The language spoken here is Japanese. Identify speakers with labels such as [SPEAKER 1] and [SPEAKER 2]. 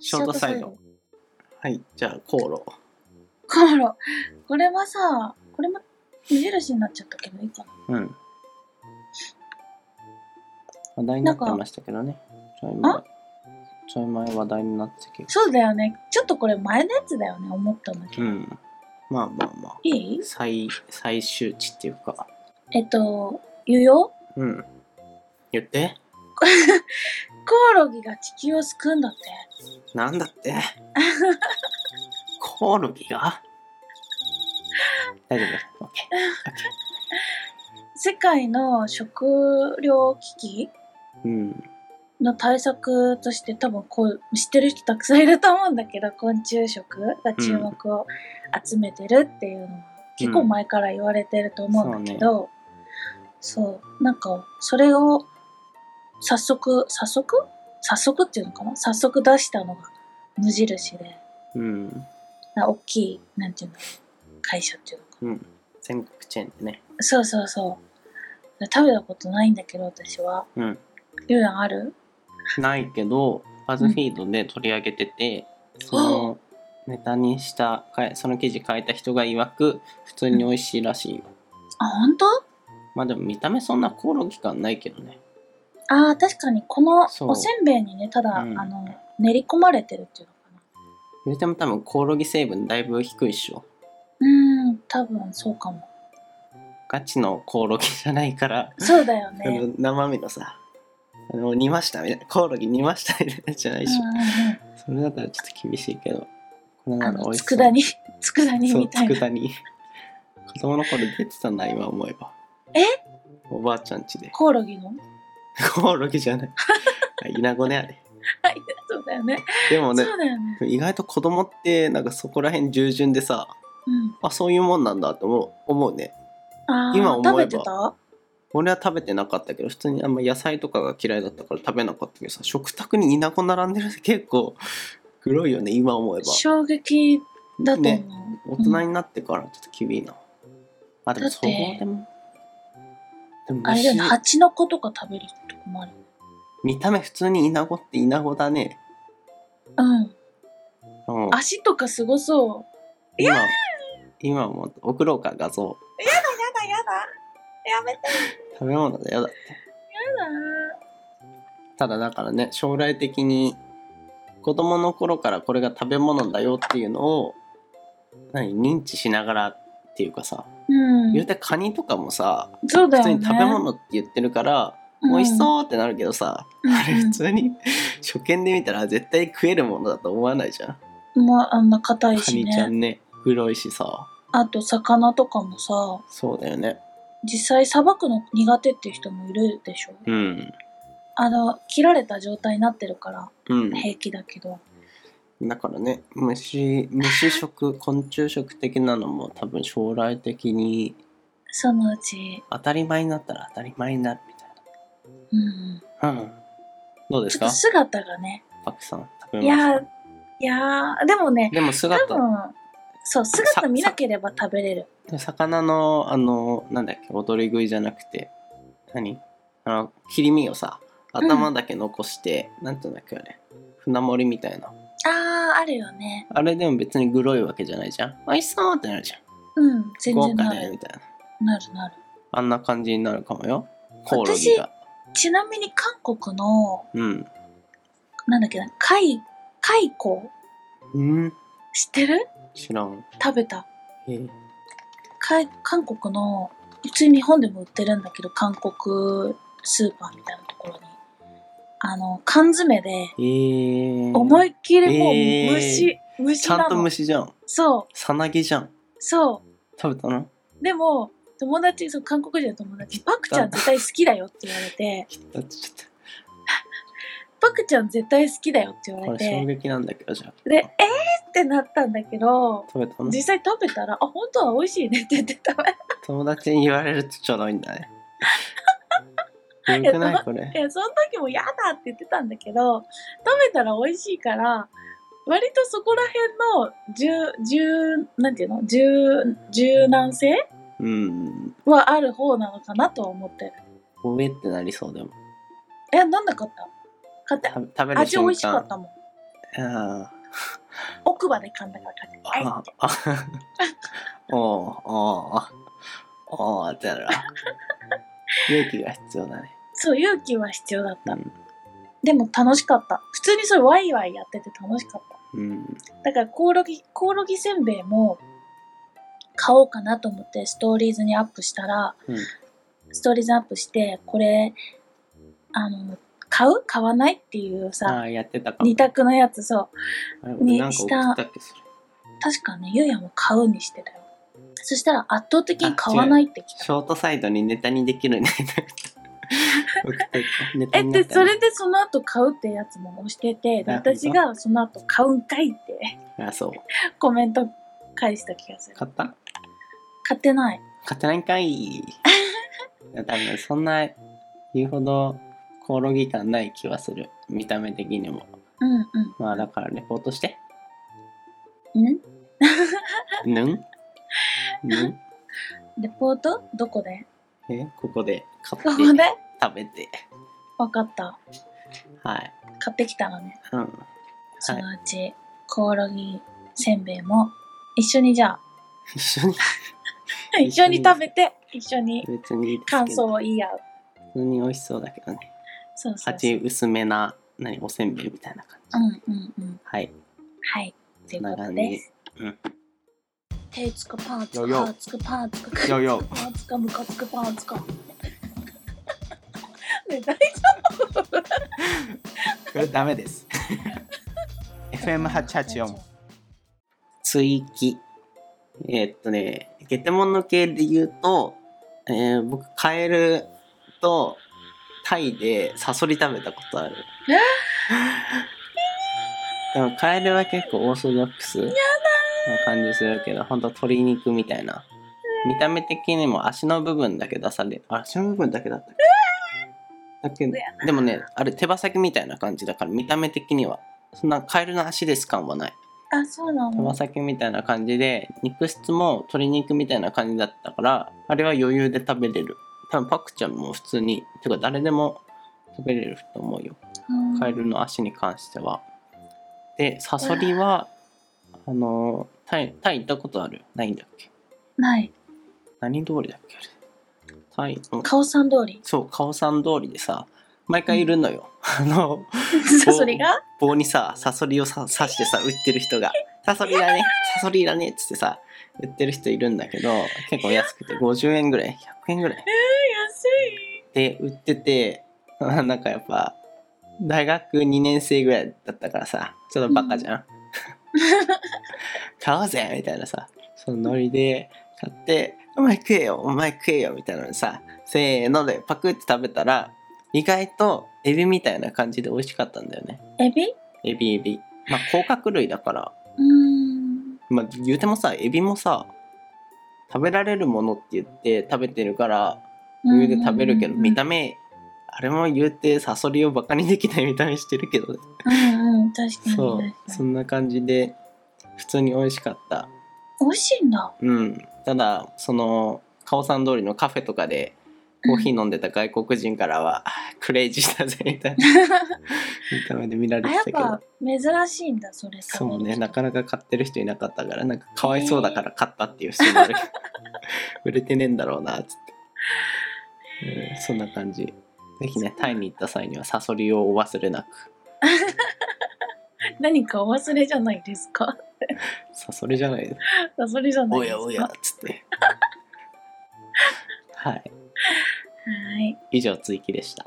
[SPEAKER 1] ショートサイド。はい、じゃあ、航路。
[SPEAKER 2] カーロこれはさこれも無印になっちゃったけどいいかな
[SPEAKER 1] うん。話題になってましたけどね。ちょい前
[SPEAKER 2] あ。
[SPEAKER 1] ちょい前話題になってたけど。
[SPEAKER 2] そうだよねちょっとこれ前のやつだよね思ったのに、
[SPEAKER 1] うん。まあまあまあ。
[SPEAKER 2] いい
[SPEAKER 1] 最、最終値っていうか。
[SPEAKER 2] えっと言うよ
[SPEAKER 1] うん。言って。
[SPEAKER 2] コオロギが地球を救うんだって
[SPEAKER 1] なんだって コオロギが大丈夫 ?OK。
[SPEAKER 2] 世界の食糧危機
[SPEAKER 1] うん。
[SPEAKER 2] の対策として多分こう知ってる人たくさんいると思うんだけど昆虫食が注目を集めてるっていうのは結構前から言われてると思うんだけど、そうなんかそれを早速早速早速っていうのかな早速出したのが無印で
[SPEAKER 1] うん。
[SPEAKER 2] な大きいなんていうの会社っていうのか
[SPEAKER 1] うん。全国チェーンでね。
[SPEAKER 2] そうそうそう食べたことないんだけど私は
[SPEAKER 1] うん。
[SPEAKER 2] ゆうやんある
[SPEAKER 1] ないけど、バズフィードで取り上げてて、そのネタにした、かえその記事書いた人が曰く、普通に美味しいらしいよ。
[SPEAKER 2] あ本当
[SPEAKER 1] まあでも見た目そんなコオロギ感ないけどね。
[SPEAKER 2] あー確かにこの
[SPEAKER 1] そう
[SPEAKER 2] おせんべいにねただ、
[SPEAKER 1] うん
[SPEAKER 2] あの練り込まれてるっていうのかな
[SPEAKER 1] 言うても多分コオロギ成分だいぶ低いっしょ。
[SPEAKER 2] うーん多分そうかも
[SPEAKER 1] ガチのコオロギじゃないから、
[SPEAKER 2] そうだよね
[SPEAKER 1] あ
[SPEAKER 2] うんうんう
[SPEAKER 1] の生身のさあの煮ましたみたいなコオロギ煮ましたみたいなやつじゃないし、
[SPEAKER 2] ん
[SPEAKER 1] それだったらちょっと厳しいけどこれ
[SPEAKER 2] あ
[SPEAKER 1] なら美
[SPEAKER 2] の
[SPEAKER 1] 味し
[SPEAKER 2] 佃煮 佃煮
[SPEAKER 1] そう
[SPEAKER 2] みたいな
[SPEAKER 1] 佃煮子供の頃出てたな今思えば
[SPEAKER 2] え
[SPEAKER 1] おばあちゃん家で
[SPEAKER 2] コオロギの
[SPEAKER 1] コオロギじゃないあイナゴねあれ
[SPEAKER 2] はいそうだよね
[SPEAKER 1] でも
[SPEAKER 2] そ
[SPEAKER 1] ね
[SPEAKER 2] うだよね
[SPEAKER 1] 意外と子供ってなんかそこら辺従順でさ
[SPEAKER 2] うん
[SPEAKER 1] あそういうもんなんだって思う思うね
[SPEAKER 2] あー
[SPEAKER 1] 今思えば
[SPEAKER 2] 食べてた
[SPEAKER 1] 俺は食べてなかったけど普通にあんま野菜とかが嫌いだったから食べなかったけどさ食卓にイナゴ並んでるって 結構黒いよね今思えば
[SPEAKER 2] 衝撃だと思う、
[SPEAKER 1] ね大人
[SPEAKER 2] うん
[SPEAKER 1] になってからちょっと厳いな、あでも
[SPEAKER 2] だっ
[SPEAKER 1] そ
[SPEAKER 2] て
[SPEAKER 1] うでもでも
[SPEAKER 2] あれだよね
[SPEAKER 1] 虫
[SPEAKER 2] 蜂の子とか食べるとこもある
[SPEAKER 1] 見た目普通にイナゴってイナゴだね
[SPEAKER 2] うん
[SPEAKER 1] うん
[SPEAKER 2] 足とかすごそう
[SPEAKER 1] 今今もう送ろうか画像
[SPEAKER 2] やだやだやめて
[SPEAKER 1] 食べ物だよだって
[SPEAKER 2] やだ
[SPEAKER 1] ただだからね将来的に子供の頃からこれが食べ物だよっていうのを何認知しながらっていうかさ
[SPEAKER 2] う
[SPEAKER 1] 言うんてカニとかもさ
[SPEAKER 2] そうだ
[SPEAKER 1] 普
[SPEAKER 2] よ
[SPEAKER 1] 通
[SPEAKER 2] ね
[SPEAKER 1] に食べ物って言ってるから美味しそうってなるけどさ
[SPEAKER 2] うん
[SPEAKER 1] あれ普通に 初見で見たら絶対食えるものだと思わないじゃん
[SPEAKER 2] まあ、あんな硬い
[SPEAKER 1] カ
[SPEAKER 2] し
[SPEAKER 1] ニちゃ
[SPEAKER 2] ね。
[SPEAKER 1] んね黒いしさ
[SPEAKER 2] あと、魚とかもさ、
[SPEAKER 1] そうだよね
[SPEAKER 2] 実際、さばくの苦手っていう人もいるでしょ。
[SPEAKER 1] うん
[SPEAKER 2] あの、切られた状態になってるから、
[SPEAKER 1] うん
[SPEAKER 2] 平気だけど。
[SPEAKER 1] だからね虫虫 食昆虫食的なのも多分将来的に
[SPEAKER 2] そのうち、
[SPEAKER 1] 当たり前になったら当たり前になるみたいな
[SPEAKER 2] うん。
[SPEAKER 1] うん。どうで
[SPEAKER 2] ち
[SPEAKER 1] す
[SPEAKER 2] ょっと
[SPEAKER 1] か
[SPEAKER 2] 姿がね。
[SPEAKER 1] パクさん。食べ
[SPEAKER 2] い
[SPEAKER 1] ました
[SPEAKER 2] やー、いやー、でもね、
[SPEAKER 1] でも
[SPEAKER 2] 多
[SPEAKER 1] 姿、
[SPEAKER 2] 分、そう、姿見なければ食べれる。
[SPEAKER 1] 魚の、あの、なんだっけ、踊り食いじゃなくて、何あの、切り身をさ、頭だけ残して、なんていうんだっけ、あれ。船盛りみたいな。
[SPEAKER 2] あー、あるよね。
[SPEAKER 1] あれでも別にグロいわけじゃないじゃん。美味しそうってなるじゃん。
[SPEAKER 2] うん、全
[SPEAKER 1] 豪
[SPEAKER 2] 然
[SPEAKER 1] 華
[SPEAKER 2] な
[SPEAKER 1] ね、
[SPEAKER 2] る。
[SPEAKER 1] みたいな。
[SPEAKER 2] なるなる。
[SPEAKER 1] あんな感じになるかもよ。コオロギが。
[SPEAKER 2] ちなみに、韓国の、
[SPEAKER 1] うん。
[SPEAKER 2] なんだっけな、貝、貝子
[SPEAKER 1] うん。
[SPEAKER 2] 知ってる
[SPEAKER 1] 知らん。
[SPEAKER 2] 食べた。
[SPEAKER 1] へえ
[SPEAKER 2] か韓国の普通に日本でも売ってるんだけど韓国スーパーみたいなところにあの缶詰で
[SPEAKER 1] えー。
[SPEAKER 2] 思いっきりもう
[SPEAKER 1] えー
[SPEAKER 2] 虫、虫
[SPEAKER 1] ちゃ
[SPEAKER 2] なん
[SPEAKER 1] と
[SPEAKER 2] の
[SPEAKER 1] 虫じゃん。
[SPEAKER 2] そう
[SPEAKER 1] さなぎじゃん。
[SPEAKER 2] そ
[SPEAKER 1] 食べたの
[SPEAKER 2] うでも友達そう韓国人の友達パクちゃん絶対好きだよって言われて
[SPEAKER 1] 切ったちょっと。
[SPEAKER 2] パクちゃん絶対好きだよって言わ
[SPEAKER 1] こ
[SPEAKER 2] れ
[SPEAKER 1] れ衝
[SPEAKER 2] て
[SPEAKER 1] 撃なんだけどじゃあ
[SPEAKER 2] でえーってなったんだけど
[SPEAKER 1] 食べたの
[SPEAKER 2] 実際食べたらあ本当は美味し いねって言って食べ
[SPEAKER 1] 友達に言われるとちょろいんだ ねよくないこれ
[SPEAKER 2] いやその時も嫌だって言ってたんだけど食べたら美味しいから割とそこら辺の柔柔なんていうの柔柔軟性
[SPEAKER 1] うん
[SPEAKER 2] はある方なのかなとは思ってる
[SPEAKER 1] おえってなりそうでも
[SPEAKER 2] えなんなかった買って
[SPEAKER 1] 食べ食べる
[SPEAKER 2] 味美
[SPEAKER 1] 瞬
[SPEAKER 2] 味しか
[SPEAKER 1] 間
[SPEAKER 2] ったもん
[SPEAKER 1] あ
[SPEAKER 2] 奥歯で噛んだから噛んであい
[SPEAKER 1] あ
[SPEAKER 2] って。
[SPEAKER 1] あおうおうおうってなる わ勇気が必要だね
[SPEAKER 2] そう、勇気は必要だった。
[SPEAKER 1] うん
[SPEAKER 2] でも楽しかった。普通にそれワイワイやってて楽しかった。
[SPEAKER 1] うん
[SPEAKER 2] だからコオロギ、コオロギせんべいも買おうかなと思ってストーリーズにアップしたら、
[SPEAKER 1] うん
[SPEAKER 2] ストーリーズアップして、これ、あの、買う買わないっていう
[SPEAKER 1] あ
[SPEAKER 2] さ、
[SPEAKER 1] あやってたか
[SPEAKER 2] 二択のやつ、そう。
[SPEAKER 1] あれ
[SPEAKER 2] に
[SPEAKER 1] 俺なんか送ったっけそれ
[SPEAKER 2] 確かね、ゆうやも買うにしてたよ。そしたら圧倒的に買わないってきた。
[SPEAKER 1] ショートサイドにネタにできるね送ったっけネタ
[SPEAKER 2] え、
[SPEAKER 1] にな
[SPEAKER 2] で、
[SPEAKER 1] った
[SPEAKER 2] そ
[SPEAKER 1] ね
[SPEAKER 2] れでその後買うってやつも押してて、で
[SPEAKER 1] なるほど
[SPEAKER 2] 私がその後買うんかいって
[SPEAKER 1] あそう
[SPEAKER 2] コメント返した気がする。
[SPEAKER 1] 買った
[SPEAKER 2] 買ってない。
[SPEAKER 1] 買ってないんか いいや多分そんな言うほどコオロギ感ない気はする見た目的にも
[SPEAKER 2] うんうん。
[SPEAKER 1] まあだからレポート して
[SPEAKER 2] ん
[SPEAKER 1] ぬんぬ ん
[SPEAKER 2] レポートどこで
[SPEAKER 1] えここで買
[SPEAKER 2] こ
[SPEAKER 1] っ
[SPEAKER 2] こで
[SPEAKER 1] て食べて
[SPEAKER 2] わかった。
[SPEAKER 1] はい
[SPEAKER 2] 買ってきたらね、
[SPEAKER 1] うん
[SPEAKER 2] そのうち、コオロギせんべいも、一緒にじゃあ、
[SPEAKER 1] 一緒に
[SPEAKER 2] 一緒に食べて、一緒に
[SPEAKER 1] 別にいいですけど
[SPEAKER 2] 感想を言い合う。
[SPEAKER 1] 普通に美味しそうだけどね
[SPEAKER 2] そうそうそう。
[SPEAKER 1] 味薄めな何おせんべいみたいな感じ、
[SPEAKER 2] うんうんうん。
[SPEAKER 1] はい
[SPEAKER 2] はい。という
[SPEAKER 1] な
[SPEAKER 2] こと
[SPEAKER 1] 感
[SPEAKER 2] で
[SPEAKER 1] じ
[SPEAKER 2] す。
[SPEAKER 1] うん
[SPEAKER 2] 手つくパーつ
[SPEAKER 1] よ
[SPEAKER 2] く
[SPEAKER 1] よ
[SPEAKER 2] パーつくパーつくく
[SPEAKER 1] よよ
[SPEAKER 2] パーつかむかつくパーつか。 ね大
[SPEAKER 1] これダメです FM884 追記えーっとねゲテモノ系で言うと、えー僕カエルとタイでサソリ食べたことある
[SPEAKER 2] え
[SPEAKER 1] でもカエルは結構オーソドックスな感じするけどほんと鶏肉みたいな見た目的にも足の部分だけ出され足の部分だけだったっけだけどでもねあれ手羽先みたいな感じだから見た目的にはそんなカエルの足です感はない
[SPEAKER 2] あ、そうな
[SPEAKER 1] 手羽
[SPEAKER 2] の。
[SPEAKER 1] 先みたいな感じで肉質も鶏肉みたいな感じだったからあれは余裕で食べれる多分パクちゃんも普通にてか誰でも食べれると思うよカエルの足に関してはでサソリはあのタイタイ行ったことあるないんだっけ
[SPEAKER 2] ない。
[SPEAKER 1] 何通りだっけあれタイの
[SPEAKER 2] 顔さん通り。
[SPEAKER 1] そうカオさん通りでさ毎回いるのよ、あの
[SPEAKER 2] サソリが
[SPEAKER 1] 棒にさサソリをさ刺してさ売ってる人が「サソリだねサソリだね」っつってさ売ってる人いるんだけど結構安くて50円ぐらい100円ぐらい
[SPEAKER 2] 安い。
[SPEAKER 1] で売っててなんかやっぱ大学2年生ぐらいだったからさちょっとバカじゃん、買おうぜみたいなさそのノリで買って「お前食えよお前食えよ」みたいなのさせーのでパクって食べたら意外とエビみたいな感じで美味しかったんだよね
[SPEAKER 2] エビ
[SPEAKER 1] エビエビ。まあ、甲殻類だから、
[SPEAKER 2] うーん。
[SPEAKER 1] まあ、言うてもさ、エビもさ、食べられるものって言って食べてるから、余裕で食べるけど、見た
[SPEAKER 2] 目。
[SPEAKER 1] 目、あれも言うてサソリをバカにできない見た目してるけどね。
[SPEAKER 2] うんうん、確かに
[SPEAKER 1] そう
[SPEAKER 2] 確、か
[SPEAKER 1] そ
[SPEAKER 2] に。
[SPEAKER 1] んな感じで、普通に美味しかった。
[SPEAKER 2] 美味しいんだ。
[SPEAKER 1] うん。ただ、その、カオさん通りのカフェとかで、コーヒー飲んでた外国人からは、クレイジーだぜ、みたいな見た目で見られ
[SPEAKER 2] あ、
[SPEAKER 1] て
[SPEAKER 2] や
[SPEAKER 1] た
[SPEAKER 2] っ
[SPEAKER 1] けど
[SPEAKER 2] ぱ。珍しいんだ、それ食べる
[SPEAKER 1] そう
[SPEAKER 2] 人。
[SPEAKER 1] ね、なかなか買ってる人いなかったから、なんかかわいそうだから買ったって いう人もあるけど、売れてねえんだろうな、つって、うん。そんな感じ。ぜひね、タイに行った際にはサソリをお忘れなく。
[SPEAKER 2] 何かお忘れじゃないですか
[SPEAKER 1] サソリじゃないです。
[SPEAKER 2] サソリじゃない
[SPEAKER 1] お
[SPEAKER 2] です
[SPEAKER 1] や
[SPEAKER 2] か
[SPEAKER 1] おや、つって。はい、
[SPEAKER 2] はい。
[SPEAKER 1] 以上、追記でした。